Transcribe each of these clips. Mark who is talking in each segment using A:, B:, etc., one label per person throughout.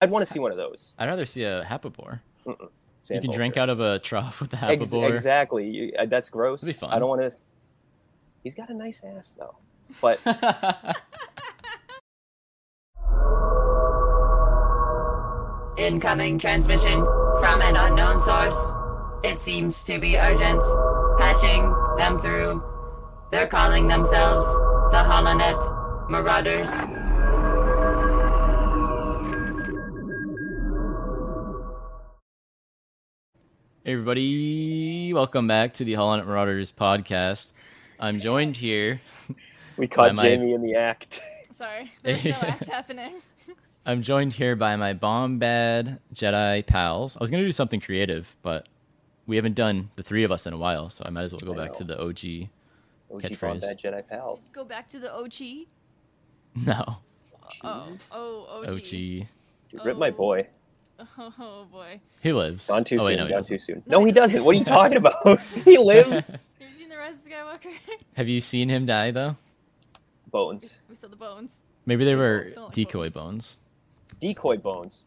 A: I'd want to see one of those.
B: I'd rather see a hapabore. You
A: Sand
B: can drink
A: vulture.
B: out of a trough with a
A: Ex-
B: hapabore.
A: exactly. You, uh, that's gross.
B: That'd be
A: I don't
B: fun.
A: want to. He's got a nice ass though, but
C: Incoming transmission from an unknown source. It seems to be urgent. Patching them through. They're calling themselves the Holonet Marauders.
B: Hey everybody, welcome back to the Holland Marauders podcast. I'm joined here.
A: we caught
B: Am I-
A: Jamie in the act.
D: Sorry, there was no act happening.
B: I'm joined here by my bomb bad Jedi pals. I was gonna do something creative, but we haven't done the three of us in a while, so I might as well go
A: I
B: back to
A: know.
B: the OG.
A: OG
B: Catchphrase.
A: Bomb Bad Jedi pals.
D: Go back to the OG.
B: No,
D: Oh, oh, OG.
B: OG. He
A: Dude, rip my
D: Oh.
A: boy.
D: Oh, oh, boy.
B: lives.
A: Gone too
B: oh, wait,
A: soon.
B: no, he
A: gone
B: doesn't.
A: too soon.
D: No,
A: No, he
D: he doesn't.
A: doesn't. What are you talking about? he lives.
D: You ever seen the Rise of Skywalker?
B: Have you seen him die though?
A: Bones.
D: we saw the bones.
B: Maybe they were
D: don't like
B: decoy
D: bones.
B: bones,
A: Decoy bones.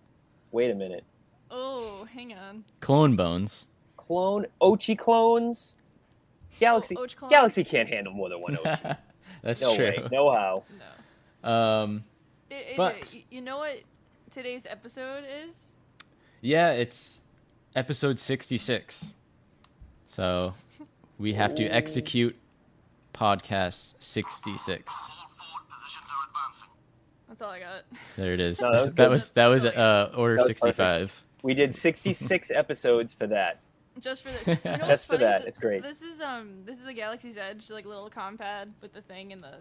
A: Wait a minute.
D: Oh, hang on.
B: clone bones.
A: Clone Ochi clones. Galaxy.
D: Oh, Ochi clones.
A: Galaxy can't handle more than one Ochi.
B: That's
A: No
B: true.
A: way. No how.
D: No.
B: Um,
D: A- AJ,
B: But-
D: y- you know what today's episode is?
B: Yeah, it's episode 66. So we have to execute podcast 66.
D: That's all I got.
B: There it is.
A: No, that was
B: that
A: good.
B: was that was, uh, order
A: That was
B: 65.
A: We did 66 episodes for that.
D: Just for this. You know what's
A: That's for
D: funny is
A: that. It's great.
D: This is um this is the Galaxy's Edge like little compad with the thing and the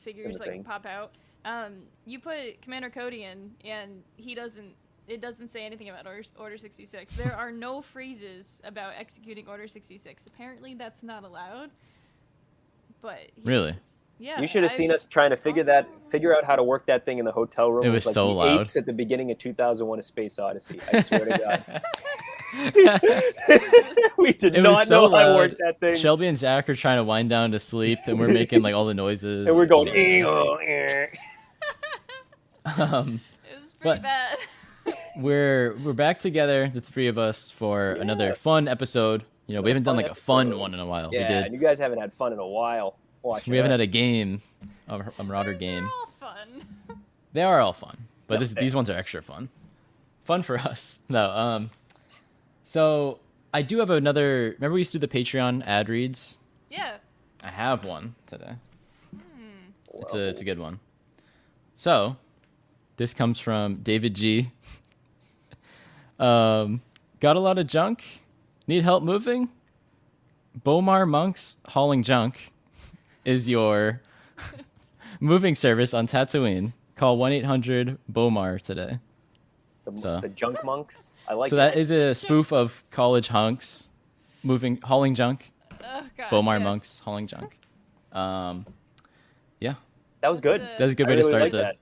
D: figures like
A: thing.
D: pop out. Um, you put Commander Cody in, and he doesn't. It doesn't say anything about Order, Order 66. There are no phrases about executing Order 66. Apparently, that's not allowed. But he
B: Really?
D: is. yeah, Oh.
A: You should have
D: I've-
A: seen us trying to figure that, figure out how to work that thing in the hotel room.
B: It
A: with,
B: was
A: like
B: so
A: the
B: loud.
A: Apes at the beginning of 2001: A Space Odyssey. I swear to God, we did
B: It was
A: not
B: so
A: know how to work
B: loud.
A: that thing.
B: Shelby and Zach are trying to wind down to sleep, and we're making like all the noises.
A: and we're going.
B: Um,
D: It was pretty
B: But-
D: bad.
B: we're we're back together, the three of us, for
A: Yeah.
B: another fun episode. You know,
A: Another
B: we haven't done
A: fun
B: like a fun
A: episode.
B: one in a while.
A: yeah,
B: we did.
A: and you guys haven't had fun in a while. Watch
B: we haven't had a game, a, a marauder
D: They're
B: game.
D: all fun.
B: They are all fun, but
A: No,
B: this,
A: they-
B: these ones are extra fun. Fun for us. No. Um. So I do have another. Remember we used to do the Patreon ad reads.
D: Yeah.
B: I have one today.
D: Hmm.
A: Well,
B: It's a it's a good one. So this comes from David G. um, got a lot of junk. Need help moving. Bomar monks hauling junk is your moving service on Tatooine. Call one eight hundred Bomar today.
A: the,
B: so.
A: the junk monks. I like
B: so that is a spoof of college hunks moving hauling junk
D: Oh gosh.
B: bomar
D: yes.
B: monks hauling junk um yeah
A: That was good.
D: That's
B: that's a good
A: I
B: way
A: really
B: to start
A: like
B: the
A: that.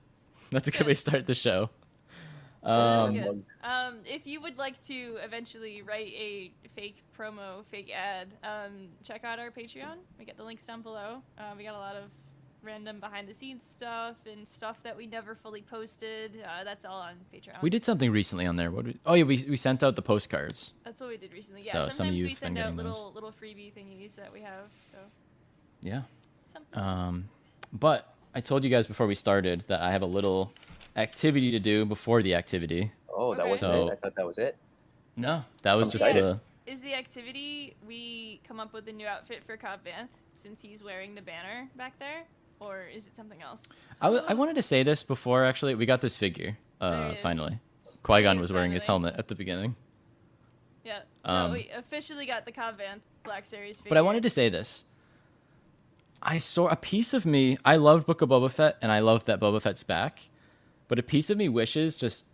B: that's a good way to start the show
D: That is
B: um
D: good. Um, if you would like to eventually write a fake promo, fake ad, um, check out our Patreon. We got the links down below. Uh, we got a lot of random behind the scenes stuff and stuff that we never fully posted. Uh, that's all on Patreon.
B: we did something recently on there what did we, oh yeah we, we sent out the postcards
D: That's what we did recently.
B: So,
D: Yeah,
B: some of
D: sometimes
B: you
D: we
B: have
D: send
B: been
D: out
B: getting
D: little
B: those.
D: little freebie thingies that we have. So
B: yeah
D: something.
B: um but i told you guys before we started that i have a little activity to do before the activity
A: Oh, that
D: Okay.
A: wasn't
B: So-
A: it. I thought that was it.
B: no that was
A: I'm
B: just
D: excited.
B: the
D: Is the activity we come up with a new outfit for Cobb Vanth since he's wearing the banner back there, or is it something else?
B: I, w- I wanted to say this before actually we got this figure
D: There
B: uh
D: it is.
B: finally qui-gon
D: It is
B: was wearing his
D: finally.
B: helmet at the beginning
D: Yeah. So
B: Um,
D: we officially got the Cobb Vanth Black Series. Figure.
B: But I wanted to say this. I saw a piece of me. I love Book of Boba Fett, and I love that Boba Fett's back. But a piece of me wishes just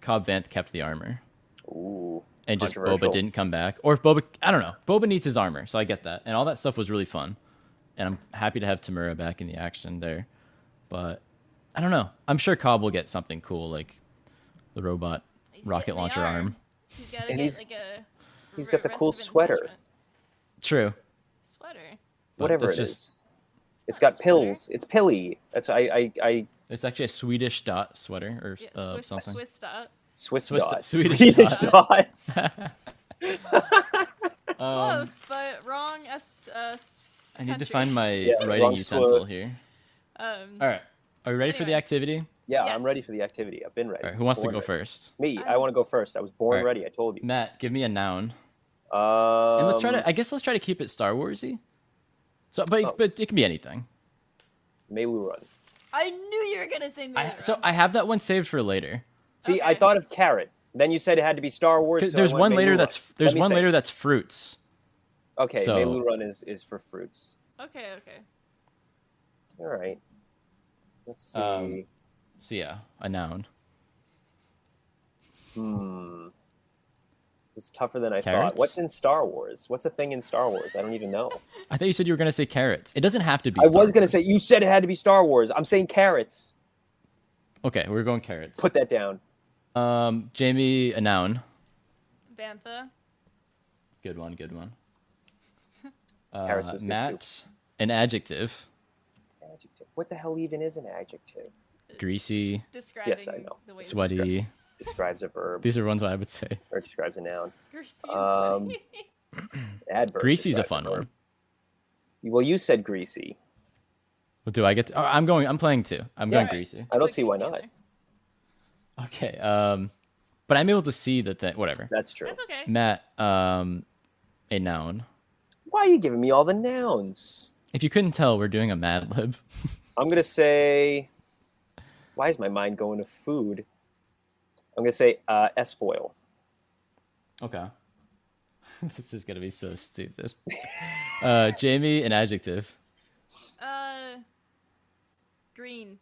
B: Cobb Vanth kept the armor,
A: Ooh.
B: and just
A: Controversial.
B: Boba didn't come back. Or if Boba, I don't know. Boba needs his armor, so I get that. And all that stuff was really fun, and I'm happy to have Tamura back in the action there. But I don't know. I'm sure Cobb will get something cool like the robot
D: He's
B: rocket
D: getting the
B: launcher arm.
D: He's got to
A: And
D: get
A: he's-
D: like a.
A: he's
D: re-
A: got the
D: rest
A: cool
D: of an
A: sweater.
D: attachment.
B: True.
D: Sweater.
B: But
A: Whatever it
B: that's
A: is.
B: just-
D: It's
A: It's
D: not a
A: got
D: sweater.
A: pills. It's pilly. That's I I I
B: It's actually a Swedish dot sweater or
D: Yeah,
B: uh,
D: Swiss,
B: something.
D: Swiss dot.
A: Swiss,
B: Swiss
A: dot.
B: dot- Swedish
D: dot.
A: dots.
B: Um,
D: Close, but wrong. S, uh, s-
B: I need to
D: country.
B: find my
A: Yeah,
B: writing
A: wrong
B: utensil
A: sword.
B: here.
D: Um,
B: All right. Are we ready for the
D: Anyway.
B: activity?
A: Yeah,
D: Yes.
A: I'm ready for the activity. I've been ready.
B: All right. Who wants to
A: Born
B: go
A: ready.
B: first?
A: Me.
D: I
A: I want to go first. I was born
B: All right.
A: ready. I told you.
B: Matt, give me a noun.
A: Um,
B: And let's try to. I guess let's try to keep it Star Warsy. So, but
A: Oh.
B: but it can be anything.
A: Melu run.
D: I knew you were gonna say
B: I,
D: Miller.
B: so I have that one saved for later.
A: See, I
D: Okay.
A: thought of carrot. Then you said it had to be Star Wars.
B: 'Cause
A: so I
B: there's
A: went
B: one later
A: Melu
B: that's
A: Run. Let
B: there's
A: me
B: one
A: think.
B: later that's fruits.
A: Okay,
B: so-
A: Melu run is is for fruits.
D: okay, okay.
A: All right. Let's see.
B: Um, So yeah, a noun.
A: hmm. It's tougher than I
B: Carrots?
A: thought. What's in Star Wars? What's a thing in Star Wars? I don't even know.
B: I thought you said you were gonna say carrots. It doesn't have to be.
A: I
B: Star
A: was gonna
B: Wars.
A: say you said it had to be Star Wars. I'm saying carrots.
B: Okay, we're going carrots.
A: Put that down.
B: um, Jamie, a noun.
D: Bantha.
B: Good one. Good one. Uh,
A: Carrots was good too.
B: Matt, an adjective.
A: Adjective. What the hell even is an adjective?
B: Greasy,
D: Describing
A: know.
D: the way it's
B: sweaty.
A: Describes a verb
B: These are ones I would say.
A: or describes a noun.
D: greasy
A: Um,
D: and sweaty.
A: Adverb.
B: Greasy's a
A: describes
B: fun
A: verb.
B: one.
A: Well, you said greasy.
B: Well, do I get? To, oh, I'm going. I'm playing too. I'm
A: Yeah.
B: going greasy.
A: I don't
D: Put
A: see why
D: greasy in
A: not.
D: there.
B: Okay. Um, but I'm able to see that. That whatever.
A: That's true.
D: That's okay.
B: Matt, um, a noun.
A: Why are you giving me all the nouns?
B: If you couldn't tell, we're doing a Mad Lib.
A: I'm gonna say. Why is my mind going to food? I'm gonna say uh, S foil.
B: Okay. this is gonna be so stupid. Uh, Jamie, an adjective.
D: Uh, green.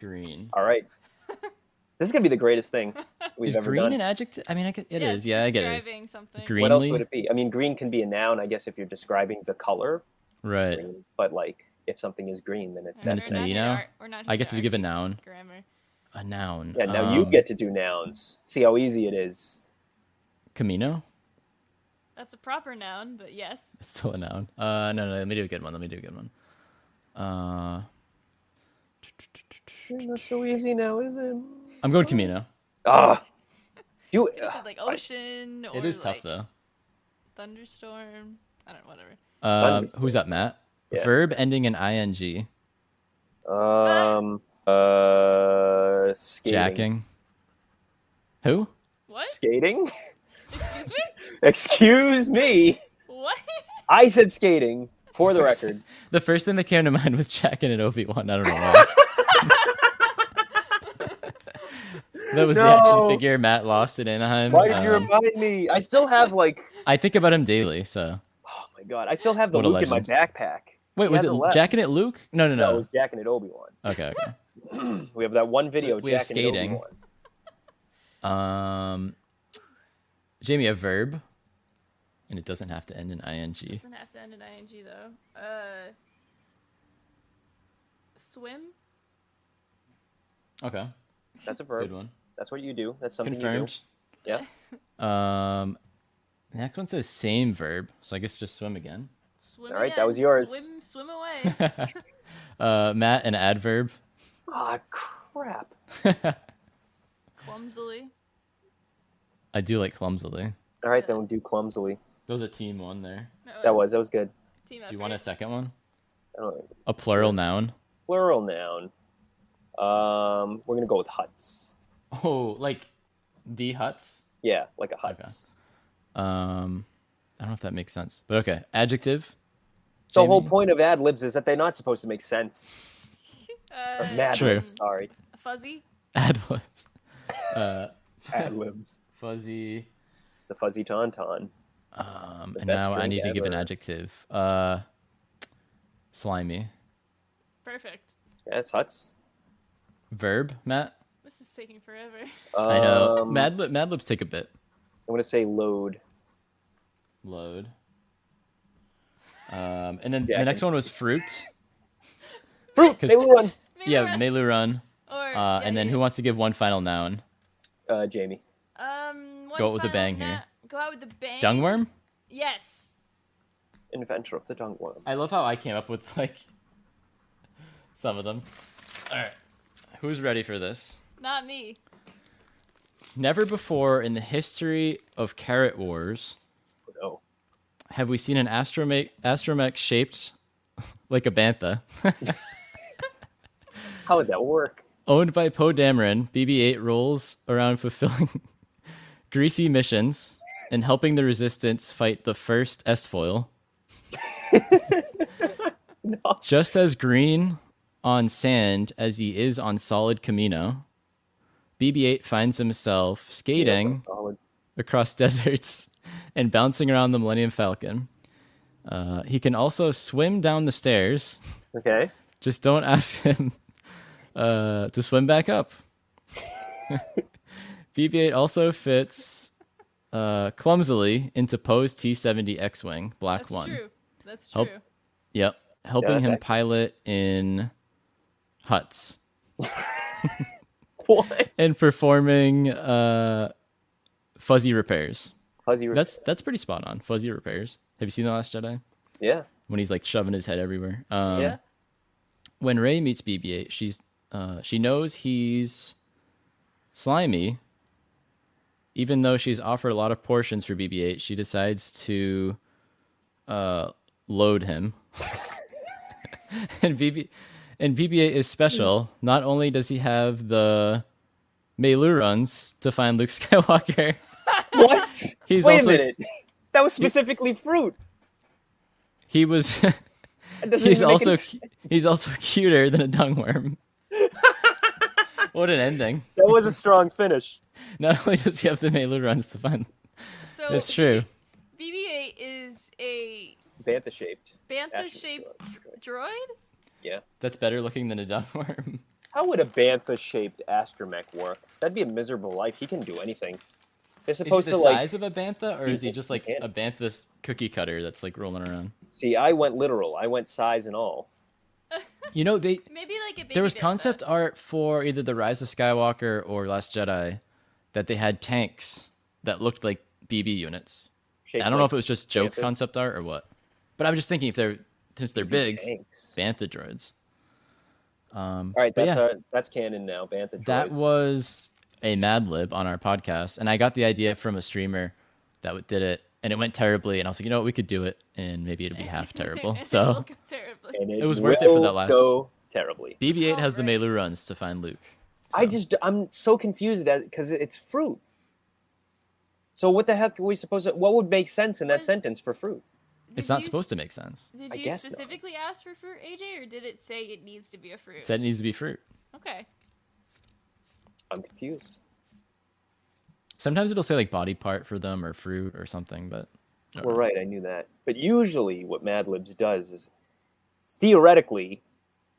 B: Green.
A: All right. this is gonna be the greatest thing we've
B: Is
A: ever
B: green
A: done.
B: an adjective? I mean, I get, it
D: yeah,
B: is.
D: it's
B: Yeah, I get it. Is.
D: describing something.
B: Green-
A: what else
B: Greenly?
A: would it be? I mean, green can be a noun, I guess, if you're describing the color.
B: Right.
A: Green, but like, if something is green, then it,
D: Yeah,
B: Then
D: we're
B: it's
D: not
B: me
D: here
B: now.
D: ar- we're not
B: I
D: here
B: get to give a noun.
D: argue grammar.
B: A noun.
A: yeah. Now you
B: Um,
A: get to do nouns. See how easy it is.
B: Camino.
D: That's a proper noun, but yes.
B: It's still a noun. Uh, no, no. Let me do a good one. Let me do a good one. Uh,
A: Not so easy now, is it?
B: I'm going Camino.
A: Ah, do
D: Could have said like ocean or
B: It is tough
D: like
B: though.
D: thunderstorm. I don't know, whatever.
B: Um, who's up, Matt?
A: Yeah.
B: Verb ending in ing.
A: Um. Uh. Skating.
B: Jacking. Who?
D: What?
A: Skating.
D: Excuse me?
A: Excuse me.
D: What?
A: I said skating. For the record,
B: The first thing that came to mind was jacking and Obi Wan. I don't know why. that was the
A: No.
B: action figure Matt lost in Anaheim.
A: why did you
B: Um,
A: remind me? I still have like,
B: I think about him daily. So
A: oh my god, I still have the
B: What a
A: Luke in my
B: legend.
A: backpack.
B: wait,
A: He
B: was it
A: hasn't left.
B: jacking at Luke? No, no,
A: No, it
B: no.
A: was Jack and Obi Wan.
B: Okay, okay.
A: We have that one video.
B: we have
A: Jack and
B: skating.
A: Obi Wan.
B: Um, Jamie, a verb, and it doesn't have to end in ing.
D: Doesn't have to end in ing though. Uh, swim.
B: Okay,
A: That's a
B: good
A: verb.
B: one.
A: That's what you do. That's something
B: Confirmed.
A: you do. Yeah.
B: Um, the next one says same verb, so I guess just swim again.
D: Swim.
A: All right, that
D: again.
A: was yours.
D: Swim. Swim away.
B: uh, Matt, an adverb.
A: Ah, crap.
D: Clumsily.
B: I do like clumsily.
A: All right, then we'll do clumsily.
B: There was a team one there.
A: That was that was good.
D: Team
B: Do you want a
D: effort.
B: second one?
A: I don't
B: A plural noun.
A: plural noun. Um, we're gonna go with huts.
B: Oh, like the huts.
A: Yeah, like a hut.
B: Okay. Um, I don't know if that makes sense, but okay. Adjective.
A: The whole
B: Jamie?
A: point of ad libs is that they're not supposed to make sense. Or
D: Uh,
A: mad
B: True.
A: libs, sorry.
D: Fuzzy.
B: Adverbs. Uh,
A: Ad libs.
B: fuzzy.
A: The fuzzy tauntaun.
B: Um,
A: The
B: and
A: best
B: now I
A: drink
B: need to give an
A: ever.
B: adjective. Uh, slimy.
D: Perfect.
A: Yes, huts.
B: Verb. Matt.
D: This is taking forever.
A: Um,
B: I know. Mad, lib Mad libs take a bit.
A: I'm gonna say load.
B: Load. Um, and then
A: Yeah, I
B: the next
A: can-
B: one was fruit.
A: Fruit.
B: 'Cause-
A: They were on
D: Maybe
B: yeah,
D: we're-
B: Melu Run.
D: or,
B: Uh, and then who wants to give one final noun?
A: uh, Jamie.
D: Um, one
B: Go out with a
D: final
B: bang here.
D: na- Go out with a bang.
B: Dungworm?
D: Yes.
A: Inventor of the tongue worm.
B: I love how I came up with like Some of them. All right. Who's ready for this?
D: Not me.
B: Never before in the history of Carrot Wars
A: No.
B: have we seen an astromech, astromech shaped like a bantha.
A: How would that work?
B: Owned by Poe Dameron, BB 8 rolls around fulfilling greasy missions and helping the resistance fight the first S foil. Just as green on sand as he is on solid Camino, BB 8 finds himself
A: Yeah, that
B: skating
A: sounds solid.
B: across deserts and bouncing around the Millennium Falcon. Uh, he can also swim down the stairs.
A: Okay.
B: Just don't ask him uh, to swim back up. BB 8 also fits uh, clumsily into Poe's T 70 X Wing, Black
D: That's
B: One.
D: true. That's true.
B: Help. Yep. Helping
A: that's
B: him
A: ac-
B: pilot in huts
A: What?
B: and performing uh, fuzzy repairs.
A: Fuzzy. Re-
B: That's that's pretty spot on. Fuzzy repairs. Have you seen the Last Jedi
A: yeah.
B: when he's like shoving his head everywhere? Um,
A: Yeah.
B: When Ray meets BB-8, she's uh, she knows he's slimy. Even though she's offered a lot of portions for BB-8, she decides to uh, load him. and BB and BB-8 is special. Not only does he have the Meilu runs to find Luke Skywalker.
A: What?
B: He's
A: Wait
B: also-
A: a minute. That was specifically fruit.
B: He was
A: That doesn't
B: he's
A: even make
B: also
A: any-
B: cu- he's also cuter than a dung worm. what an ending!
A: That was a strong finish.
B: Not only does he have the Melu runs to find,
D: So
A: Oh,
B: it's true.
D: BB-8 is a
A: Bantha shaped.
D: bantha-shaped droid.
A: Yeah.
B: That's better looking than a dung worm.
A: How would a bantha shaped astromech work? That'd be a miserable life. He can do anything. They're
B: Is he the
A: supposed to like
B: size of a bantha, or is he just like
A: Yeah.
B: a bantha's cookie cutter that's like rolling around?
A: see. I went literal. I went size and all.
B: You know, they
D: Maybe like a baby
B: there was
D: bantha.
B: concept art for either the Rise of Skywalker or Last Jedi that they had tanks that looked like BB units.
A: Shaped
B: I don't know
A: like
B: if it was just joke
A: Bantha.
B: concept art or what, but I'm just thinking if they're since they're big.
A: tanks.
B: Bantha droids. Um,
A: All right,
B: but
A: that's
B: yeah,
A: our, that's canon now. Bantha droids.
B: that was a Mad Lib on our podcast, and I got the idea from a streamer that w- did it, and it went terribly. And I was like, you know what, we could do it, and maybe it'd be half terrible.
D: And it will
B: So
D: go terribly.
A: And
B: it was worth it for
A: will
B: that last-
A: Go terribly.
B: BB-8 has the
D: Alright.
B: Melu runs to find Luke.
A: I just I'm so confused at because it's fruit. So what the heck are we supposed to? What would make sense in that
D: Was-
A: sentence for fruit?
D: Did
B: It's not
D: you
B: supposed to make sense.
D: Did
A: I
D: you
A: guess not.
D: specifically ask for fruit, AJ, or did it say it needs to be a fruit?
B: It said it needs to be fruit.
D: okay.
A: I'm confused.
B: Sometimes it'll say like body part for them or fruit or something, but
A: Well, right, I knew that. But usually, what Mad Libs does is theoretically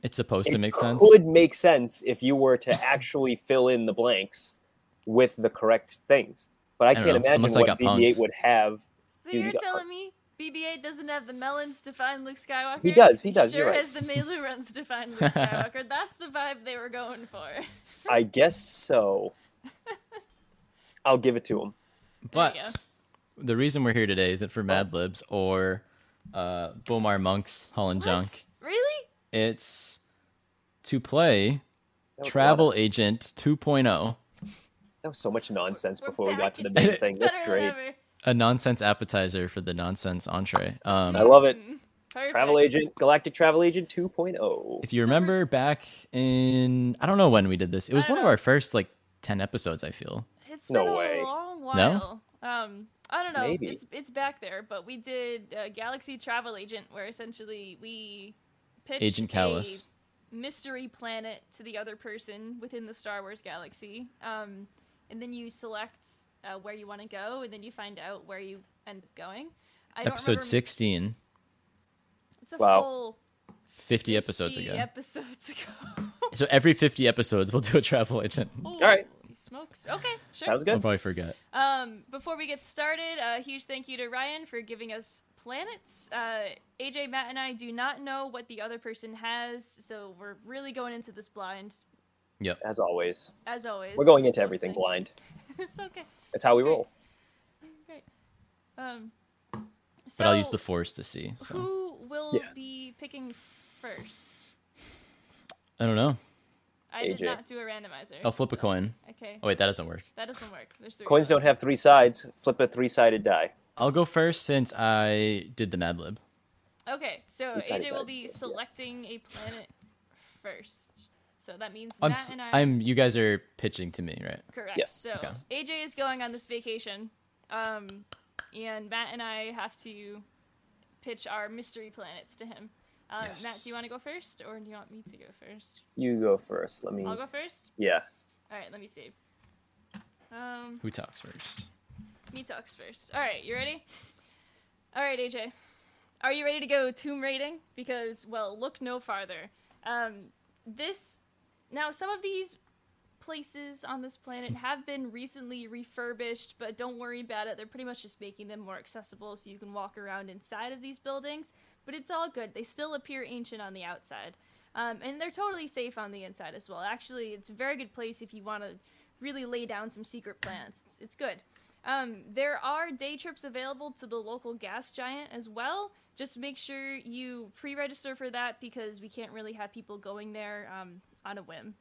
B: it's supposed to
A: it
B: make sense.
A: Would make sense if you were to actually fill in the blanks with the correct things. But I,
B: don't
A: can't
B: know,
A: imagine
B: unless I
A: what
B: got
A: BB-8
B: punked.
A: would have.
D: So
A: Dude,
D: you're
A: you got-
D: telling me BB-8 doesn't have the melons to find Luke Skywalker?
A: He does, he does,
D: Sure
A: you're right.
D: has the Melu runs to find Luke Skywalker. That's the vibe they were going for.
A: I guess so. I'll give it to him.
D: There you
B: But the reason we're here today isn't for Mad Libs or uh, Bomar Monk's Holland
D: What?
B: Junk.
D: Really?
B: It's to play
A: That was a lot
B: Travel
A: of-
B: Agent oh, 2.0,
A: that was so much nonsense
D: We're
A: before we got
D: back
A: to the
D: in-
A: main thing. That's
D: Better
A: great.
D: than ever.
B: a nonsense appetizer for the nonsense entree. Um,
A: I love it.
D: Mm, Perfect.
A: Travel Agent, Galactic Travel Agent oh. 2.0.
B: if you
D: So for-
B: remember back in, I don't know when we did this. It was
D: I
B: one of
D: know.
B: our first like 10 episodes, I feel.
D: It's
A: No
D: been
A: way.
D: a long while. Um, I don't know.
A: Maybe.
D: It's it's back there, but we did uh, Galaxy Travel Agent, where essentially we pitched
B: Agent Callus.
D: a mystery planet to the other person within the Star Wars galaxy, um, and then you select uh, where you want to go, and then you find out where you end up going. I don't
B: Episode
D: remember-
B: 16,
D: It's a
A: Wow.
D: full
B: 50 episodes
D: 50
B: ago.
D: Episodes ago.
B: So every 50 episodes, we'll do a travel agent.
D: All
A: right.
D: Smokes. Okay. Sure.
A: Sounds
B: I'll
A: good.
B: probably forget.
D: Um, before we get started, a huge thank you to Ryan for giving us planets. Uh, AJ, Matt, and I do not know what the other person has, so we're really going into this blind,
A: As always,
D: as always.
A: we're going into
D: Those
A: everything
D: things.
A: blind.
D: it's okay.
A: That's how we
D: Great.
A: roll.
D: Great. Um, so,
B: But I'll use the force to see. So.
D: who will
A: Yeah.
D: be picking first?
B: I don't know.
D: I did
A: AJ.
D: not do a randomizer.
B: I'll flip a coin.
D: Okay,
B: Oh wait, that doesn't work.
D: that doesn't work. There's three.
A: Coins
D: of
A: don't
D: us.
A: have three sides. Flip a three-sided die.
B: I'll go first since I did the Mad Lib.
D: Okay, so
A: Three-sided
D: AJ will
A: dice,
D: be
A: yeah.
D: selecting a planet first. So that means
B: I'm
D: Matt
B: s-
D: and I.
B: I'm you guys are pitching to me, right?
D: Correct.
A: Yes.
D: So
B: Okay.
D: AJ is going on this vacation, um, and Matt and I have to pitch our mystery planets to him. Um, Matt, do you
B: Yes.
D: want to go first, or do you want me to go first?
A: You go first. Let me.
D: I'll go first.
A: Yeah.
D: All right, let me save. Um,
B: Who talks first?
D: me talks first. All right, you ready? All right, AJ, are you ready to go tomb raiding? Because well, look no farther. Um, this now some of these places on this planet have been recently refurbished, but don't worry about it. They're pretty much just making them more accessible so you can walk around inside of these buildings. But it's all good. They still appear ancient on the outside. Um, and they're totally safe on the inside as well. Actually, it's a very good place if you want to really lay down some secret plans. It's, it's good. Um, there are day trips available to the local gas giant as well. Just make sure you pre register for that because we can't really have people going there um, on a whim.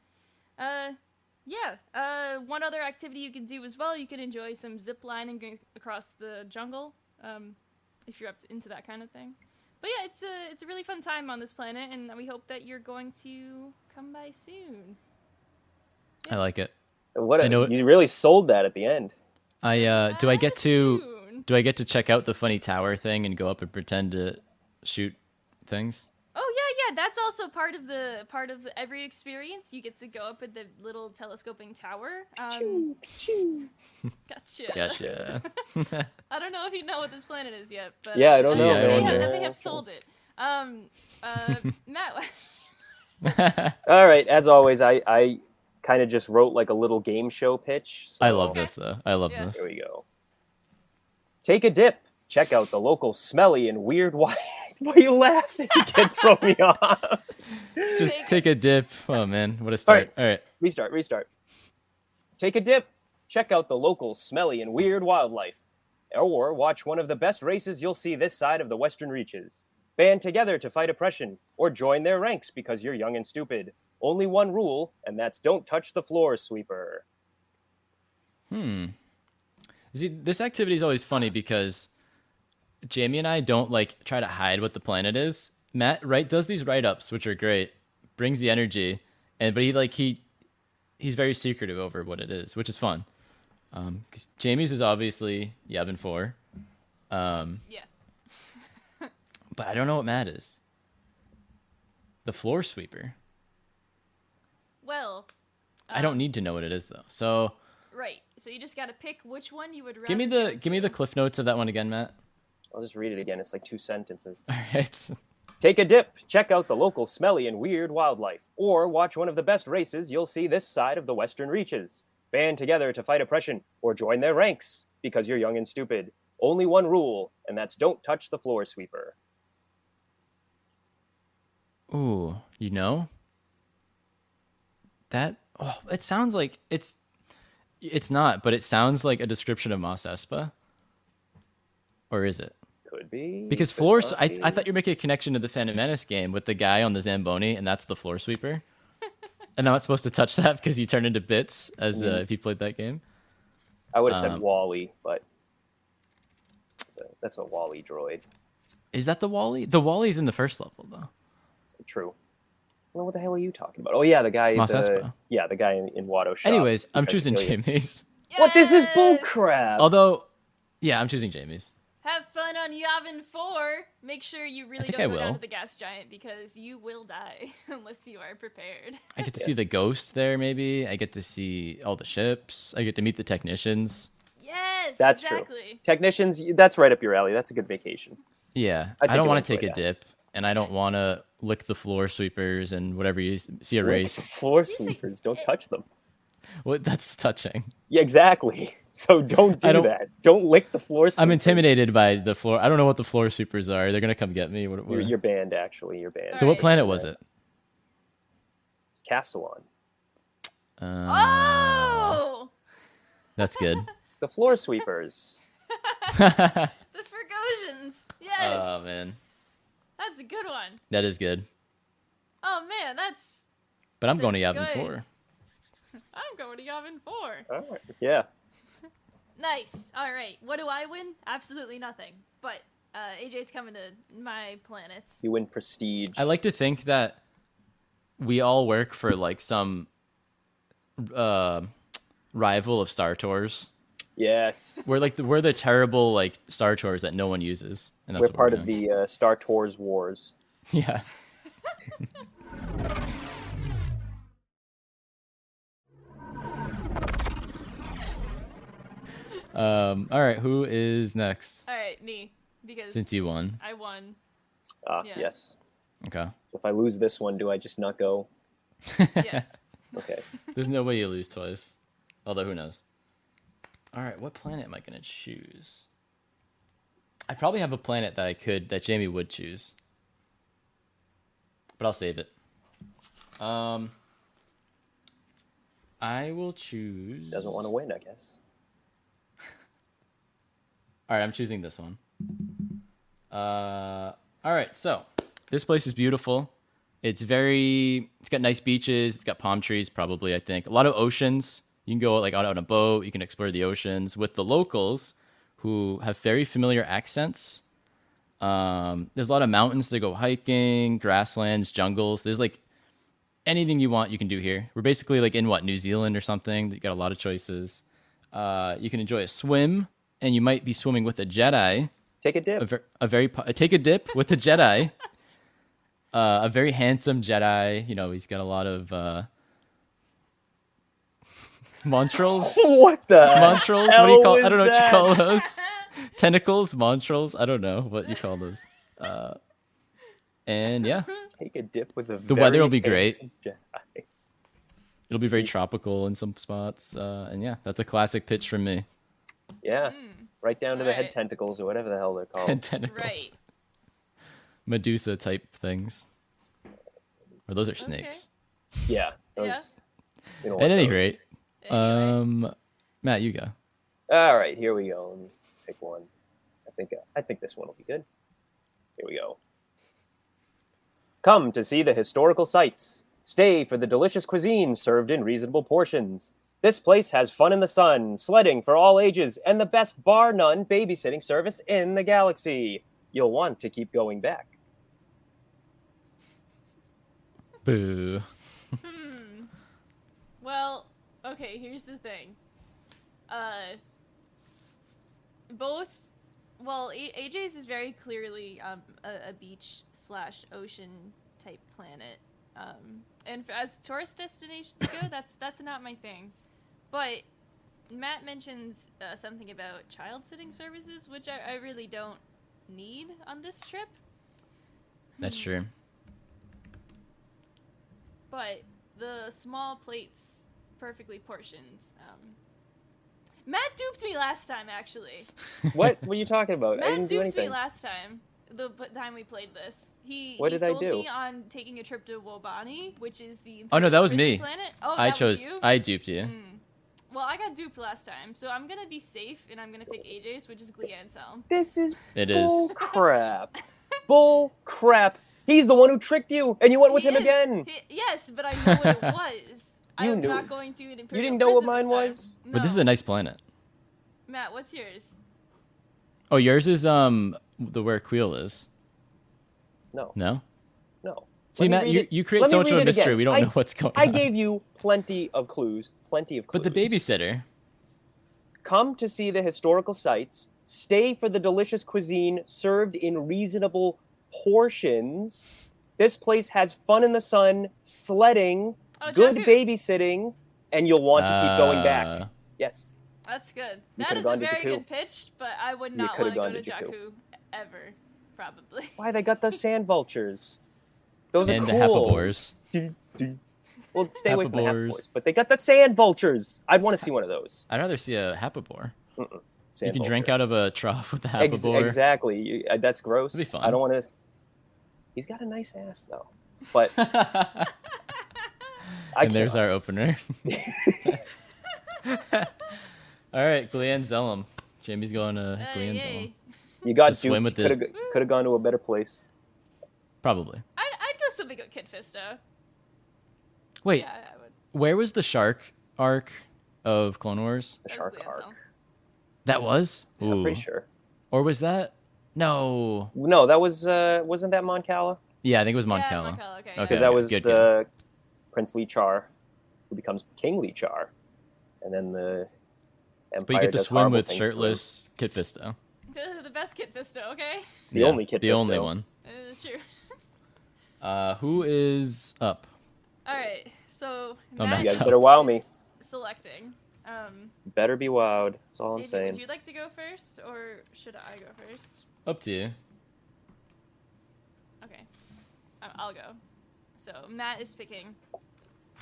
D: Uh, yeah. Uh, one other activity you can do as well, you can enjoy some zip lining g- across the jungle, um, if you're up to, into that kind of thing. But yeah, it's a it's a really fun time on this planet, and we hope that you're going to come by soon.
B: I like it.
A: And What
B: I
A: a,
B: know it-
A: you really sold that at the end.
B: I uh do I get
D: Ah,
B: to
D: soon.
B: do I get to check out the funny tower thing and go up and pretend to shoot things?
D: Oh yeah, yeah. That's also part of the part of every experience. You get to go up at the little telescoping tower. Um, gotcha.
B: Gotcha.
D: I don't know if you know what this planet is yet, but
A: Yeah, I don't
D: uh,
B: know,
D: They,
B: man.
D: have,
A: Yeah.
D: they have sold it. Um, uh, Matt,
A: All right. As always, I I kind of just wrote like a little game show pitch.
B: I
A: so-
B: love this though. I love
D: Yeah.
B: this.
A: There we go. Take a dip. Check out the local smelly and weird. Why? Why are you laughing? You can't throw me off.
B: Just
D: Take-
B: take a dip. Oh man, what a start. All right.
A: Restart. Restart. Take a dip. Check out the local smelly and weird wildlife, or watch one of the best races you'll see this side of the Western Reaches. Band together to fight oppression, or join their ranks because you're young and stupid. Only one rule, and that's don't touch the floor, sweeper.
B: Hmm. See, this activity is always funny because Jamie and I don't like try to hide what the planet is. Matt right does these write ups, which are great, brings the energy, and but he like he he's very secretive over what it is, which is fun. Um, 'cause Jamie's is obviously Yavin Four, um,
D: yeah,
B: but I don't know what Matt is. The floor sweeper.
D: well,
B: I don't need to know what it is though. So
D: right. So you just got to pick which one you would.
B: give me
D: rather
B: the
D: go
B: give me
D: to.
B: the cliff notes of that one again, Matt.
A: I'll just read it again. It's like two sentences.
B: All right.
A: Take a dip, check out the local smelly and weird wildlife, or watch one of the best races you'll see this side of the Western Reaches. Band together to fight oppression, or join their ranks because you're young and stupid. Only one rule, and that's don't touch the floor sweeper.
B: Ooh, you know? That oh, it sounds like it's it's not, but it sounds like a description of Mos Espa. Or is it?
A: Could be
B: Because
A: could
B: floor,
A: not
B: I,
A: be.
B: I thought you were making a connection to the Phantom Menace game with the guy on the Zamboni, and that's the floor sweeper. and I'm not supposed to touch that because you turn into bits as uh, if you played that game.
A: I would have said
B: um,
A: Wally, but that's a, that's a Wally droid.
B: Is that the Wally? The Wally's in the first level though.
A: True. Well, what the hell are you talking about? Oh yeah, the guy.
B: Mos
A: the-
B: Espa.
A: Yeah, the guy in, in Watto shop.
B: Anyways,
A: who
B: I'm
A: tried to
B: choosing
A: kill you.
B: Jamie's.
A: What? This is
D: Yes!
A: bullcrap.
B: Although, yeah, I'm choosing Jamie's.
D: Have fun on Yavin 4. Make sure you really
B: think
D: don't
B: I
D: go down
B: will.
D: to the gas giant because you will die unless you are prepared.
B: I get to
A: Yeah.
B: see the ghost there, maybe. I get to see all the ships. I get to meet the technicians.
D: Yes,
A: That's true.
D: exactly.
A: Technicians, that's right up your alley. That's a good vacation.
B: Yeah.
A: I
B: I,
A: think
B: don't
A: I
B: want
A: would
B: to take
A: enjoy
B: a
A: that.
B: dip, and I don't want to lick the floor sweepers and whatever you s- see a race.
A: Floor
D: These are-
A: sweepers, don't
D: it-
A: touch them.
B: What? That's touching.
A: Yeah, exactly. So don't do
B: I don't-
A: that. Don't lick the floor.
B: I'm
A: sweeper.
B: intimidated by the floor. I don't know what the floor sweepers are. They're going to come get me. What,
A: You're,
B: what-
A: you're banned, actually. You're banned.
B: so,
D: All
B: what
D: right.
B: planet was it?
A: It's Castellon.
B: Uh,
D: Oh!
B: That's good.
A: The floor sweepers.
B: oh,
D: The Fergosians. Yes.
B: man.
D: that's a good one.
B: That is good.
D: Oh man, that's
B: But I'm going to
D: That's
B: Yavin
D: good.
B: 4.
D: I'm going to Yavin 4.
A: All right. Yeah.
D: Nice. All right. What do I win? Absolutely nothing. But uh, AJ's coming to my planets.
A: You win prestige.
B: I like to think that we all work for like some uh, rival of Star Tours.
A: yes.
B: We're like the, we're the terrible like Star Tours that no one uses, and that's
A: We're
B: what
A: part
B: we're
A: of
B: doing.
A: the uh, Star Tours Wars.
B: yeah. um. All right. Who is next?
D: All right, me. Because
B: Since you won,
D: I won.
A: Ah,
D: Yeah.
A: yes.
B: okay.
A: If I lose this one, do I just not go?
D: Yes.
A: Okay.
B: There's no way you lose twice. Although who knows? All right, what planet am I gonna choose? I probably have a planet that I could that Jamie would choose, but I'll save it. Um, I will choose.
A: Doesn't want to win, I guess.
B: All right, I'm choosing this one. Uh, all right, so this place is beautiful. It's very. It's got nice beaches. It's got palm trees, probably. I think a lot of oceans. You can go like out on a boat. You can explore the oceans with the locals, who have very familiar accents. Um, there's a lot of mountains to go hiking, grasslands, jungles. There's like anything you want, you can do here. We're basically like in what New Zealand or something. You got a lot of choices. Uh, you can enjoy a swim, and you might be swimming with a Jedi
A: Take a
B: a,
A: dip.
B: ver- a very po- take a dip with the Jedi. Uh, a very handsome Jedi. You know, he's got a lot of uh, montrals.
A: what the?
B: Montrals. What do
A: hell
B: you call? I
A: was
B: don't know what you
A: that?
B: call those. Tentacles, montrals. I don't know what you call those. Uh, and yeah,
A: Take a dip with the.
B: weather
A: very
B: will be great.
A: handsome Jedi.
B: it'll be very tropical in some spots. Uh, and yeah, that's a classic pitch from me.
A: Yeah. Right down to the head
D: Mm. Alright.
A: tentacles or whatever the hell they're
B: And
A: called.
B: tentacles,
D: Right.
B: Medusa type things. Or those are snakes.
A: yeah. Those,
D: Yeah.
A: we don't
B: At
A: want
B: any
A: those.
B: rate,
D: Anyway.
B: um, Matt, you go.
A: All right, here we go. Let me pick one. I think I think this one will be good. Here we go. Come to see the historical sights. Stay for the delicious cuisine served in reasonable portions. This place has fun in the sun, sledding for all ages, and the best bar none babysitting service in the galaxy. You'll want to keep going back.
B: Boo.
D: Hmm. Well, okay, here's the thing. Uh, both. Well, A- AJ's is very clearly um, a, a beach slash ocean type planet, um, and f as tourist destinations go, that's that's not my thing. But Matt mentions uh, something about child sitting services, which I, I really don't need on this trip.
B: That's true.
D: but the small plates perfectly portioned. Um, Matt duped me last time, actually.
A: What were you talking about? I
D: Matt
A: didn't do
D: duped me
A: anything.
D: last time. The p- time we played this, he
A: What
D: he
A: did I
D: sold
A: do?
D: me on taking a trip to Wobani, which is the
B: Oh, no, that was
D: prison
B: me.
D: Planet. Oh,
B: I
D: that
B: chose.
D: Was you? Mm, Hmm.
B: I duped you.
D: Well, I got duped last time, so I'm gonna be safe and I'm gonna pick AJ's, which is Glee Anselm.
A: This is
B: It is.
A: bull crap. bull crap. He's the one who tricked you, and you went with
D: He
A: him
D: is-
A: again.
D: he- yes, but I know what it was.
A: You
D: I'm
A: knew
D: not
A: it.
D: going to. An
A: You
D: Imperial
A: didn't know what mine
D: prison this time.
A: was?
B: But this is
D: No.
B: a nice planet.
D: Matt, what's yours?
B: Oh, yours is um the where Queel is.
A: No,
B: No.
A: no. Let
B: See,
A: me
B: Matt,
A: read
B: you,
A: it-
B: you create
A: let
B: so
A: me
B: much
A: read
B: of a
A: it again.
B: mystery. We don't
A: I-
B: know what's going
A: I
B: on.
A: gave you plenty of clues, plenty of clues.
B: But the babysitter.
A: come to see the historical sites, stay for the delicious cuisine served in reasonable portions. This place has fun in the sun, sledding,
D: Oh,
A: good
D: Jakku.
A: babysitting, and you'll want to keep going
B: Uh,
A: back. Yes,
D: That's good.
A: You
D: That
A: could've
D: is a
A: gone to
D: very
A: Jakku.
D: good pitch, but I would
A: You
D: not want
A: could've
D: to go
A: gone
D: to
A: to Jakku.
D: Jakku ever, probably.
A: why they got the sand vultures? Those
B: and
A: are
B: the
A: cool.
B: Hapabores.
A: Well, stay away from the
B: Hapabores.
A: hapabores, but they got the sand vultures. I'd want to see one of those.
B: I'd rather see a Hapabore.
A: Sand
B: you can drink
A: vulture.
B: out of a trough with a
A: Ex-
B: Hapabore.
A: exactly. You, uh, that's gross.
B: It'd be fun.
A: I don't want to. He's got a nice ass though, but I
B: and there's
A: cannot.
B: our opener. All right, Glenn Zellum. Jamie's going to
D: Hey,
B: Glenn Zellum.
D: hey.
A: you got
B: to swim with
A: could
B: the-
A: have could have gone to a better place.
B: Probably.
D: I'd, I'd go swimming with Kid Fisto.
B: Wait,
D: Yeah, I would.
B: where was the shark arc of Clone Wars?
A: The
D: That was
A: shark
D: Cleon's
A: arc.
D: home.
B: That was?
A: I'm
B: Ooh.
A: pretty sure.
B: Or was that? No.
A: No, that was uh, wasn't that Mon Cala?
B: Yeah, I think it was Mon
D: Yeah,
B: Cala.
D: Moncala, okay.
B: Okay.
A: Because
D: yeah.
A: that was
B: good,
A: Uh,
B: good.
A: Prince Lichar, who becomes King Lichar, and then the Empire.
B: But you get to
A: does
B: swim
A: horrible
B: with
A: things to him.
B: shirtless Kit Fisto.
D: The, the best Kit Fisto, okay?
A: The
B: Yeah,
A: only Kit
B: The only
A: Fisto.
B: one.
D: It's true.
B: Uh, who is up?
D: All right, so
B: Oh,
D: Matt
B: Matt. You guys
D: is-
A: better wow me.
D: is Selecting. Um,
A: Better be wowed. That's all I'm
D: Adrian,
A: saying.
D: would you like to go first, or should I go first?
B: Up to you.
D: Okay, I- I'll go. So Matt is picking.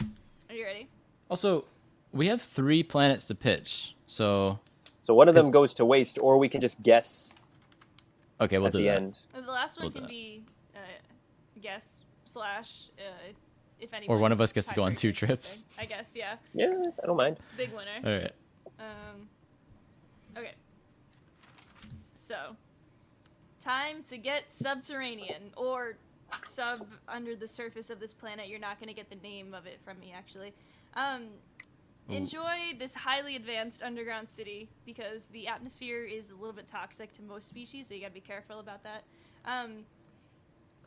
D: Are you ready?
B: Also, we have three planets to pitch. So,
A: So one of them
B: 'Cause-
A: goes to waste, or we can just guess
B: okay, we'll
A: at
B: do
A: the
B: that.
A: end.
D: Uh, The last one
B: We'll do
D: can
B: that.
D: be uh, guess slash uh, if anyone.
B: Or one of us gets to go on
D: tiebreaker
B: two
D: or something.
B: trips. Uh,
D: I guess, yeah.
A: Yeah, I don't mind.
D: Big winner.
B: All right.
D: Um, okay. So, time to get subterranean or sub under the surface of this planet. You're not going to get the name of it from me, actually. Um,
B: Ooh.
D: enjoy this highly advanced underground city because the atmosphere is a little bit toxic to most species, so you got to be careful about that. Um,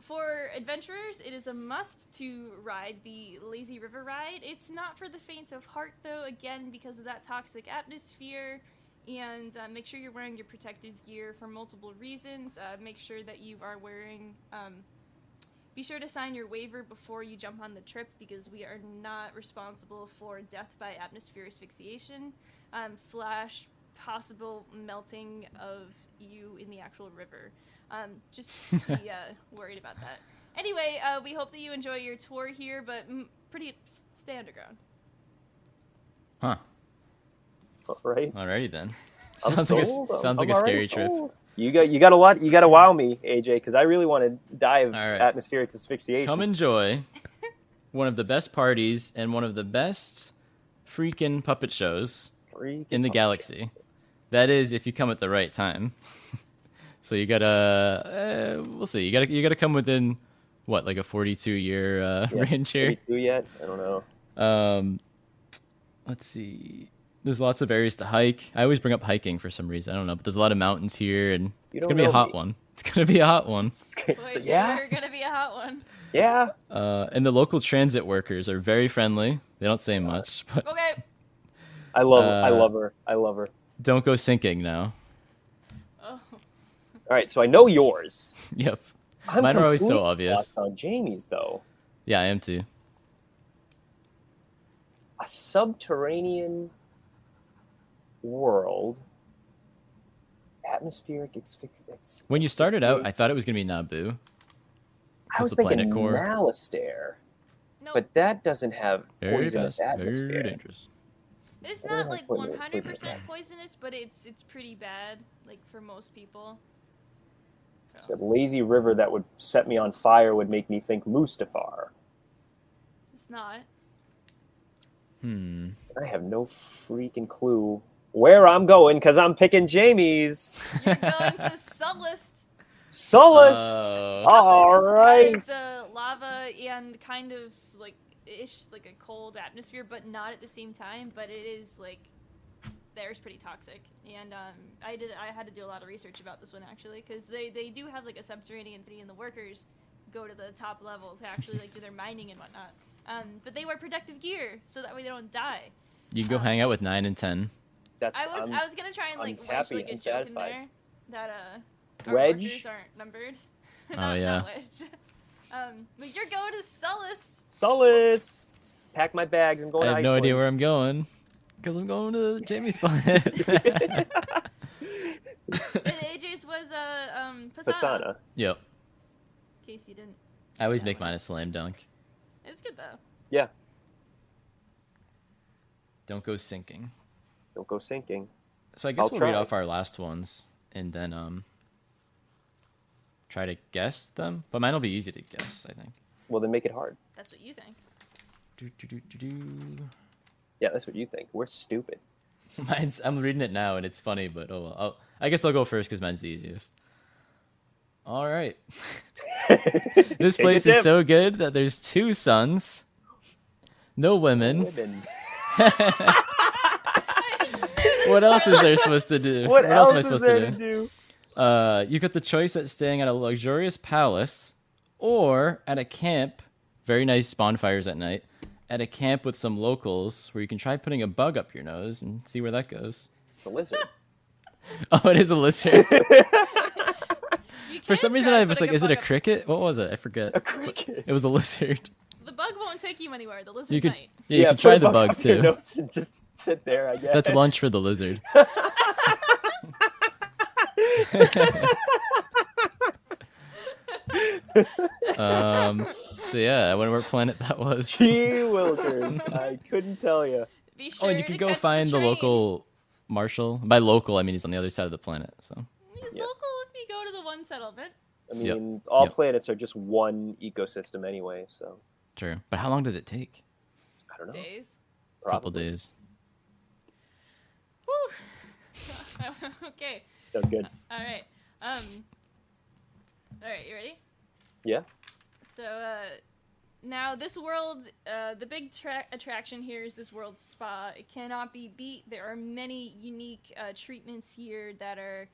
D: for adventurers, it is a must to ride the Lazy River Ride. It's not for the faint of heart, though, again, because of that toxic atmosphere. And uh, make sure you're wearing your protective gear for multiple reasons. Uh, make sure that you are wearing. Um, be sure to sign your waiver before you jump on the trip because we are not responsible for death by atmosphere asphyxiation um, slash possible melting of you in the actual river. Um, just be uh, worried about that. Anyway, uh, we hope that you enjoy your tour here, but m- pretty s- stay underground.
B: Huh.
A: All right.
B: Alrighty then.
A: I'm
B: Uh, sounds like a,
A: sold. I'm-
B: sounds like
A: I'm
B: a
A: already
B: scary trip.
A: sold. You got you got a lot. You got to wow me, AJ, because I really want to dive
B: All right.
A: atmospheric asphyxiation.
B: Come enjoy one of the best parties and one of the best freaking puppet shows
A: Freaking
B: in the
A: fucking
B: galaxy. That is, if you come at the right time. so you gotta, uh, we'll see. You gotta, you gotta come within what, like a forty-two year uh,
A: Yeah,
B: range here.
A: shit. 32 yet? I don't know.
B: Um, let's see. There's lots of areas to hike. I always bring up hiking for some reason. I don't know, but there's a lot of mountains here, and it's
A: don't
B: gonna be a
A: know
B: hot
A: me.
B: one. It's gonna be a hot one.
D: Boy,
A: So, yeah,
D: sure gonna be a hot one.
A: yeah.
B: Uh, and the local transit workers are very friendly. They don't say much, but
D: Okay.
A: I love I
B: Uh,
A: love her. I love her.
B: don't go sinking now.
D: Oh,
A: All right, so I know yours.
B: Yep.
A: I'm
B: Mine are always so
A: completely
B: obvious.
A: lost On Jamie's though,
B: Yeah, I am too.
A: a subterranean world, atmospheric asphyxiation.
B: When you started out, I thought it was gonna be Naboo.
A: I was
B: the planet
A: thinking
B: core.
A: Nalastair,
D: no.
A: but that doesn't have
B: Very
A: poisonous
B: fast, very
A: atmosphere.
B: dangerous.
D: It's
A: I don't
D: not
A: like
D: like
A: poison-
D: one hundred percent
A: poison.
D: poisonous, but it's it's pretty bad, like for most people.
A: It's
D: So,
A: a lazy river that would set me on fire would make me think Mustafar.
D: it's not.
B: Hmm.
A: I have no freaking clue where I'm going because I'm picking Jamie's.
D: You're going to Sublist.
A: Solus.
B: Oh.
A: All
D: Sublist
A: right.
D: Has uh, lava and kind of like ish like a cold atmosphere, but not at the same time. But it is like there's pretty toxic. And um, I did I had to do a lot of research about this one actually because they they do have like a subterranean city, and the workers go to the top level to actually like do their mining and whatnot. Um, but they wear protective gear so that way they don't die.
B: You can go hang out with nine and ten.
A: That's
D: I was
A: um,
D: I was gonna try and like
A: I'm
D: wedge
A: happy
D: like a
A: and
D: joke in
A: satisfied.
D: there that uh our
A: Wedge?
D: workers aren't numbered.
B: Oh,
D: Not- not
B: yeah.
D: wedged. Um, but you're going to Sullust.
A: Solus. Pack my bags. I'm going.
B: I have
A: to
B: no idea
A: Iceland.
B: where I'm going because I'm going to Jamie's planet.
D: AJ's was uh, um Pasana.
A: Fasana.
B: yep.
D: In case you didn't,
B: I always make mine a slam dunk.
D: it's good though.
A: Yeah.
B: Don't go sinking.
A: Don't go sinking.
B: So I guess
A: I'll
B: we'll read
A: try.
B: off our last ones and then um try to guess them. But mine'll be easy to guess, I think.
A: Well, then make it hard.
D: That's what you think.
B: Do, do, do, do, do.
A: Yeah, that's what you think. We're stupid.
B: Mine's I'm reading it now and it's funny, but oh well. I'll, I guess I'll go first because mine's the easiest. All right. this
A: Take a
B: place is
A: dip.
B: so good that there's two suns. No women.
A: Women.
B: what else is there supposed to do?
A: What,
B: else,
A: else,
B: am I
A: is
B: supposed
A: there
B: to
A: to
B: do?
A: do?
B: Uh, you got the choice at staying at a luxurious palace or at a camp. Very nice bonfires at night. At a camp with some locals where you can try putting a bug up your nose and see where that goes.
A: It's a lizard.
B: Oh, it is a lizard.
D: You
B: For
D: can
B: some reason,
D: try
B: I was
D: putting
B: like, is it a
D: bug up-
B: cricket? What was it? I forget.
A: A cricket.
B: It was a lizard.
D: The bug won't take you anywhere. The lizard
B: You could,
D: might.
B: yeah, you could
A: put
B: try
A: a
B: the bug
A: up your
B: too.
A: nose and just sit there, I guess.
B: That's lunch for the lizard. um, so yeah, I wonder what planet that was.
A: Gee Willikers, I couldn't tell you.
D: Be sure
B: Oh, and you
D: to
B: could go
D: catch
B: find the,
D: train.
B: local marshal. By local, I mean he's on the other side of the planet. So
D: He's
A: Yep.
D: local if you go to the one settlement.
A: I
B: Yep.
A: mean, all
B: Yep.
A: planets are just one ecosystem anyway, so
B: true. But how long does it take?
A: I don't know.
D: Days.
B: A couple
A: Probably.
B: days.
D: Whew. okay.
A: Sounds good.
D: All right. Um. All right. You ready?
A: Yeah.
D: So uh, now this world, uh, the big tra- attraction here is this world's spa. It cannot be beat. There are many unique uh, treatments here that are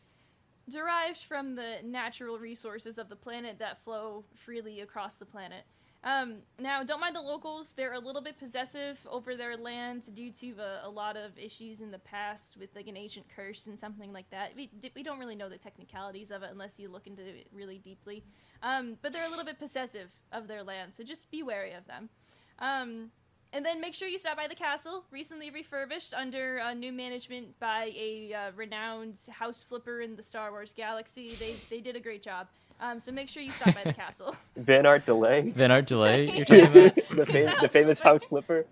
D: derived from the natural resources of the planet that flow freely across the planet. Um, now, don't mind the locals. They're a little bit possessive over their land due to uh, a, a lot of issues in the past with like an ancient curse and something like that. We, d- we don't really know the technicalities of it unless you look into it really deeply. Um, but they're a little bit possessive of their land, so just be wary of them. Um, and then make sure you stop by the castle, recently refurbished under uh, new management by a uh, renowned house flipper in the Star Wars galaxy. They, they did a great job. Um, so make sure you stop by the castle.
A: Van Art Delay.
B: Van Art delay. You're talking about.
A: the, fam- the
D: House
A: famous
D: flipper.
A: house flipper.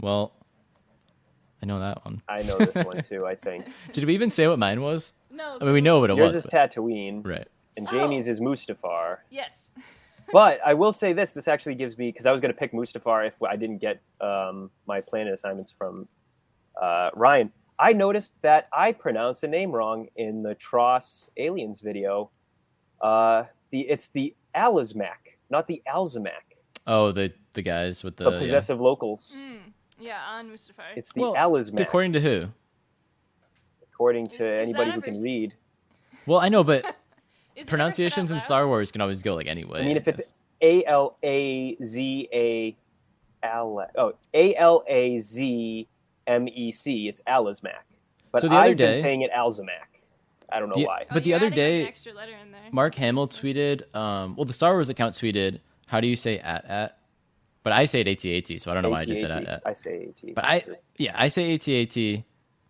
B: Well, I know that one.
A: I know this one too, I think.
B: Did we even say what mine was?
D: No.
B: I mean, we know what it
A: Yours
B: was.
A: is
B: but-
A: Tatooine,
B: right.
A: and Jamie's is Mustafar.
D: Yes.
A: But I will say this: this actually gives me because I was going to pick Mustafar if I didn't get um, my planet assignments from uh, Ryan. I noticed that I pronounced a name wrong in the Tross Aliens video. Uh, the it's the Alizmac, not the Alzamac.
B: Oh, the the guys with
A: The
B: the. yeah.
A: possessive locals.
D: Mm, yeah, on Mustafar.
A: It's the
B: Well,
A: Alizmac, according,
B: According
A: to
B: to who?
D: Is- is that
A: anybody who
D: ever
A: can
D: s-
A: read.
B: Well, I know, but
D: Is it ever said out
B: pronunciations in
D: loud?
B: Star Wars can always go like anyway.
A: I mean, if it's
B: guess.
A: A L A Z A L oh A L A Z M E C. It's Alizmac. But
B: So the other
A: I've been
B: day-
A: saying it Alzamac. I don't know
B: The-
A: why.
D: Oh,
B: But the
D: you're
B: other
D: adding, like, an
B: day,
D: extra letter in there.
B: Mark Hamill tweeted, um, well, the Star Wars account tweeted, how do you say at at? But I say it ATAT, so I don't know why I just said
A: AT-AT.
B: at at.
A: I say AT.
B: But I, yeah, I say ATAT.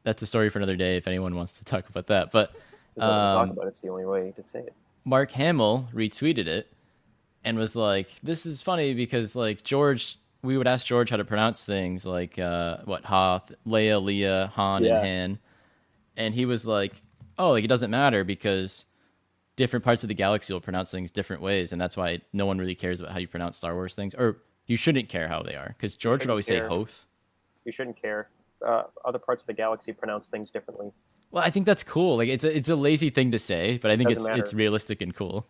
B: That's a story for another day if anyone wants to talk about that. But
A: talk
B: um,
A: about it. It's the only way to say it.
B: Mark Hamill retweeted it and was like, "This is funny because like George, we would ask George how to pronounce things like uh, what Hoth, Leia, Leah, Han,
A: Yeah.
B: and Han," and he was like, "Oh, like it doesn't matter because different parts of the galaxy will pronounce things different ways, and that's why no one really cares about how you pronounce Star Wars things, or you shouldn't care how they are because George would
A: shouldn't
B: always say
A: care.
B: Hoth."
A: You shouldn't care. Uh, other parts of the galaxy pronounce things differently.
B: Well, I think that's cool. Like it's a, it's a lazy thing to say, but I think it's
A: Doesn't
B: it's
A: matter.
B: realistic and cool.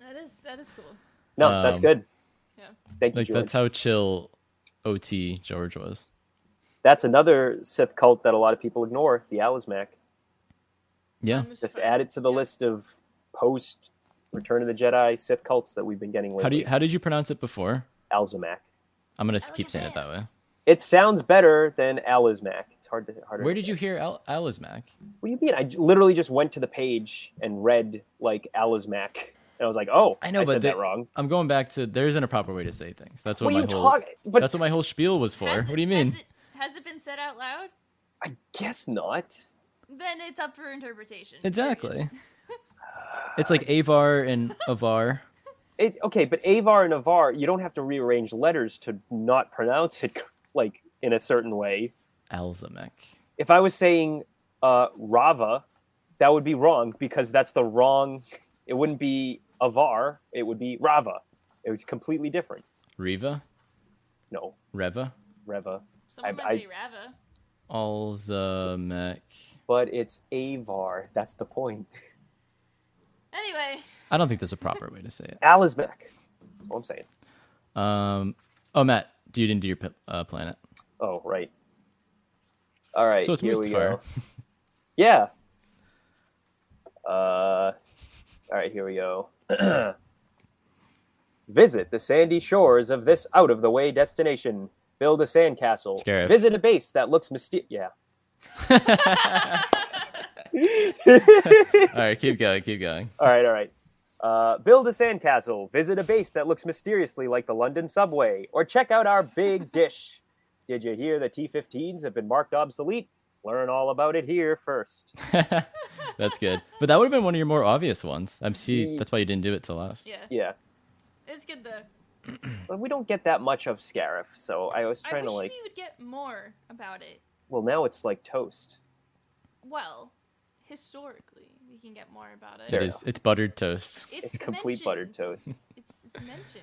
D: That is that is cool.
A: No, that's
B: Um,
A: good.
D: Yeah.
A: Thank you,
B: Like
A: George.
B: that's how chill OT George was.
A: That's another Sith cult that a lot of people ignore. The Alizmac.
B: Yeah.
D: On Mustafar.
A: Just add it to the
D: Yeah.
A: list of post Return of the Jedi Sith cults that we've been getting lately.
B: How do you how did you pronounce it before?
A: Alzamac.
B: I'm gonna
D: like
B: keep saying it
D: that.
B: that way.
A: It sounds better than Alizmac. It's hard to harder.
B: Where
A: to
B: did you
A: say.
B: hear Al- Alizmac?
A: What do you mean? I j- literally just went to the page and read like Alizmac, and I was like, "Oh,
B: I know, but
A: said
B: the-
A: that wrong."
B: I'm going back to there isn't a proper way to say things. That's what,
A: What are you
B: my whole
A: talking? But
B: that's what my whole spiel was for.
D: Has
B: what
D: it-
B: do you mean?
D: Has it, has it been said out loud?
A: I guess not.
D: Then it's up for interpretation. period.
B: exactly. it's like Avar and Avar.
A: It, okay, but Avar and Avar, you don't have to rearrange letters to not pronounce it like in a certain way.
B: Alzamek.
A: If I was saying uh, Rava, that would be wrong because that's the wrong. It wouldn't be Avar. It would be Rava. It was completely different.
B: Riva?
A: No,
B: Reva?
A: Reva.
D: Someone
A: I-
D: might
A: I-
D: say Rava.
B: Alzamek.
A: but it's Avar. That's the point.
D: Anyway,
B: I don't think there's a proper way to say it.
A: Alizmac. That's what I'm saying.
B: Um, oh, Matt, you didn't do your p- uh, planet.
A: Oh, right. All right.
B: So it's
A: here we
B: Mustafar.
A: go. Yeah. Uh, all right, here we go. Visit the sandy shores of this out of the way destination. Build a sandcastle.
B: Scarif.
A: Visit a base that looks mysterious. Yeah.
B: All right, keep going, keep going.
A: All right, all right. Uh, build a sandcastle, visit a base that looks mysteriously like the London subway, or check out our big dish. Did you hear the T 15s have been marked obsolete? Learn all about it here first.
B: That's good. But that would have been one of your more obvious ones. I'm see. That's why you didn't do it till last.
D: Yeah,
A: Yeah.
D: it's good though.
A: But we don't get that much of Scarif, so I was
D: I
A: trying
D: wish
A: to like.
D: we would get more about it.
A: Well, now it's like toast.
D: Well, historically, we can get more about it.
B: It is. It's buttered toast.
A: It's complete buttered
D: mentioned.
A: toast.
D: It's, it's mentioned.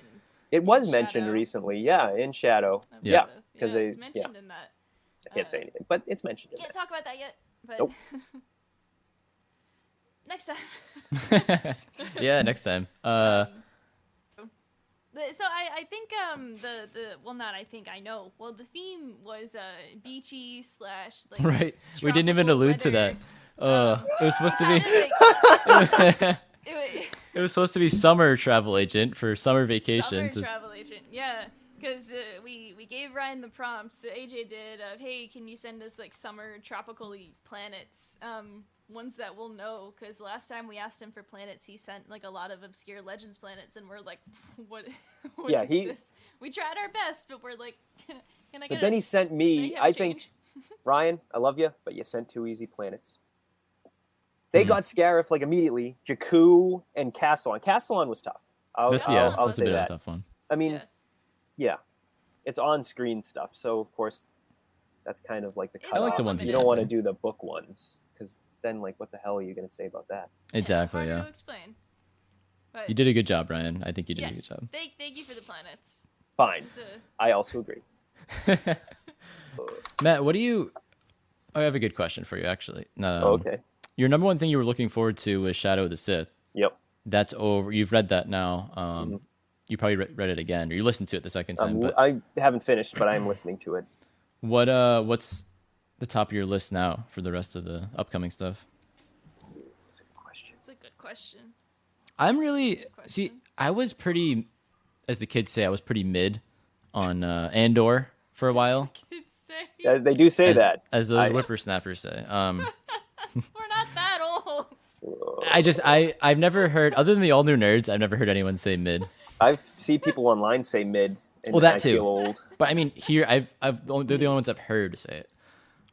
A: It
D: in
A: was mentioned
D: Shadow.
A: recently, yeah, in Shadow.
D: I
B: Yeah.
D: believe so.
A: 'cause
D: yeah,
A: they-
D: it's
A: yeah.
D: mentioned in that.
A: I can't say anything, but it's mentioned. In
D: Can't
A: there.
D: talk about that yet. But
A: Nope.
D: next time.
B: yeah, next time.
D: Um,
B: Uh,
D: But- So I, I think um the, the well not I think I know well the theme was uh beachy slash like
B: right. We didn't even
D: tropical
B: allude to that.
D: weather.
B: Uh, it was supposed to
D: Kinda
B: be.
D: like-
B: it
D: it wa-
B: was supposed to be summer travel agent for summer
D: Summer
B: vacations.
D: travel agent, yeah. Because uh, we we gave Ryan the prompt, so AJ did of hey, can you send us like summer tropically planets, um, ones that we'll know? Because last time we asked him for planets, he sent like a lot of obscure legends planets, and we're like, what? what
A: Yeah,
D: is
A: he-
D: This? We tried our best, but we're like, can I get?
A: But then
D: a-
A: he sent
D: can
A: me,
D: have
A: I
D: a
A: think,
D: change?"
A: Ryan, I love you, but you sent two easy planets. They
B: Mm-hmm.
A: got Scarif like immediately. Jakku and Castellon. Castellon was tough. I'll,
B: That's
A: I'll,
B: yeah.
A: I'll
B: that's a
A: say
B: bit of a
A: that.
B: tough one.
A: I mean, yeah.
D: Yeah.
A: it's on-screen stuff, so of course, that's kind of like the.
D: It's
B: I like the
A: cutoff.
B: ones
A: You
D: limited.
A: don't want to
B: sent
A: do the book ones because then, like, what the hell are you going to say about that?
B: Exactly.
D: harder
B: Yeah.
D: To explain. But
B: You did a good job, Ryan. I think you did
D: yes,
B: a good job.
D: Thank, thank you for the planets.
A: Fine,
D: It was a-
A: I also agree.
B: Matt, what do you? I have a good question for you, actually. No.
A: okay.
B: Your number one thing you were looking forward to was Shadow of the Sith.
A: Yep.
B: That's over. You've read that now. Um, You probably re- read it again, or you listened to it the second time.
A: I'm,
B: but
A: Mm-hmm. Um, I haven't finished, but I'm listening to it.
B: what uh, what's the top of your list now for the rest of the upcoming stuff?
A: That's a good question.
D: it's a good question.
B: I'm really
D: Good
B: see.
D: question.
B: I was pretty, as the kids say, I was pretty mid on uh, Andor for a while,
D: It's say
A: Uh, they do say
B: as,
A: that.
B: as those
A: I-
B: whippersnappers say. Um,
D: we're not that old.
B: I just I I've never heard other than the all new nerds. I've never heard anyone say mid.
A: I see people online say mid, and
B: Well, that
A: I
B: too.
A: feel old.
B: But I mean, here I've I've the only- they're the only ones I've heard say it.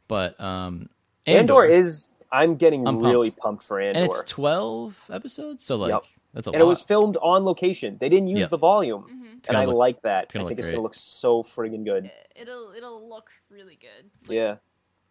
B: But um,
A: Andor, is. I'm getting
B: I'm
A: really pumped for Andor,
B: and it's twelve episodes, so like
A: Yep.
B: that's a
A: And
B: lot.
A: it was filmed on location. They didn't use
B: Yeah.
A: the volume,
B: It's
A: and
B: gonna
A: I
B: look-
A: like that.
B: it's
A: I
B: gonna
A: think
B: look
A: it's gonna
B: great.
A: look so friggin' good.
D: It'll it'll look really good. like,
A: Yeah,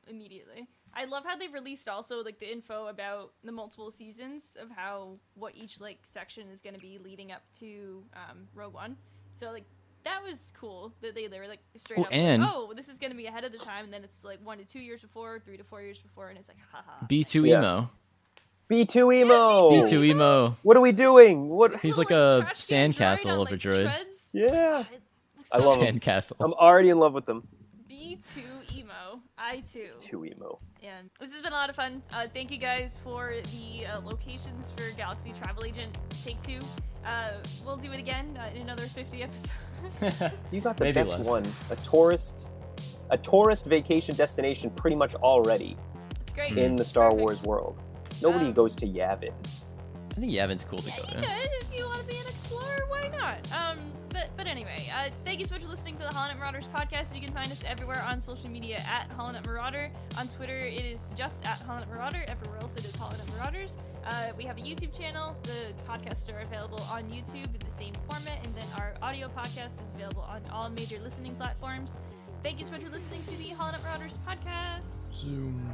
D: Immediately. I love how they released also like the info about the multiple seasons of how what each like section is going to be leading up to um, Rogue One. So like that was cool that they they were like straight
B: Oh,
D: up
B: and-
D: like, oh this is going to be ahead of the time and then it's like one to two years before, three to four years before, and it's like haha.
B: B two
A: Yeah. Oh.
B: emo.
A: B2 emo.
B: B two E. emo.
A: E What are we doing? What?
B: He's
D: Little,
B: like a
D: trash can droid
B: sandcastle
D: on,
B: of a
D: like,
B: droid.
D: treads.
A: Yeah.
D: It looks
A: I
D: so
A: love Um, him.
B: Sandcastle.
A: I'm already in love with them.
D: B2 emo. I too.
A: Two E emo.
D: And this has been a lot of fun. Uh, thank you guys for the uh, locations for Galaxy Travel Agent Take Two. Uh, we'll do it again uh, in another 50 episodes.
A: You got the
B: Maybe
A: best
B: less.
A: one. A tourist, a tourist vacation destination, pretty much already
D: it's
B: Mm-hmm.
D: great.
A: in the Star
D: Perfect.
A: Wars world. Nobody
D: Um,
A: goes to Yavin.
B: I think Yavin's cool to
D: Yeah,
B: go
D: you
B: to.
D: could if you want to be an explorer. Why not? Um, but but anyway, uh, thank you so much for listening to the Holonet Marauders podcast. You can find us everywhere on social media at Holonet Marauder. On Twitter, it is just at Holonet Marauder. Everywhere else, it is Holonet Marauders. Uh, we have a YouTube channel. The podcasts are available on YouTube in the same format, and then our audio podcast is available on all major listening platforms. Thank you so much for listening to the Holonet Marauders podcast.
B: Zoom.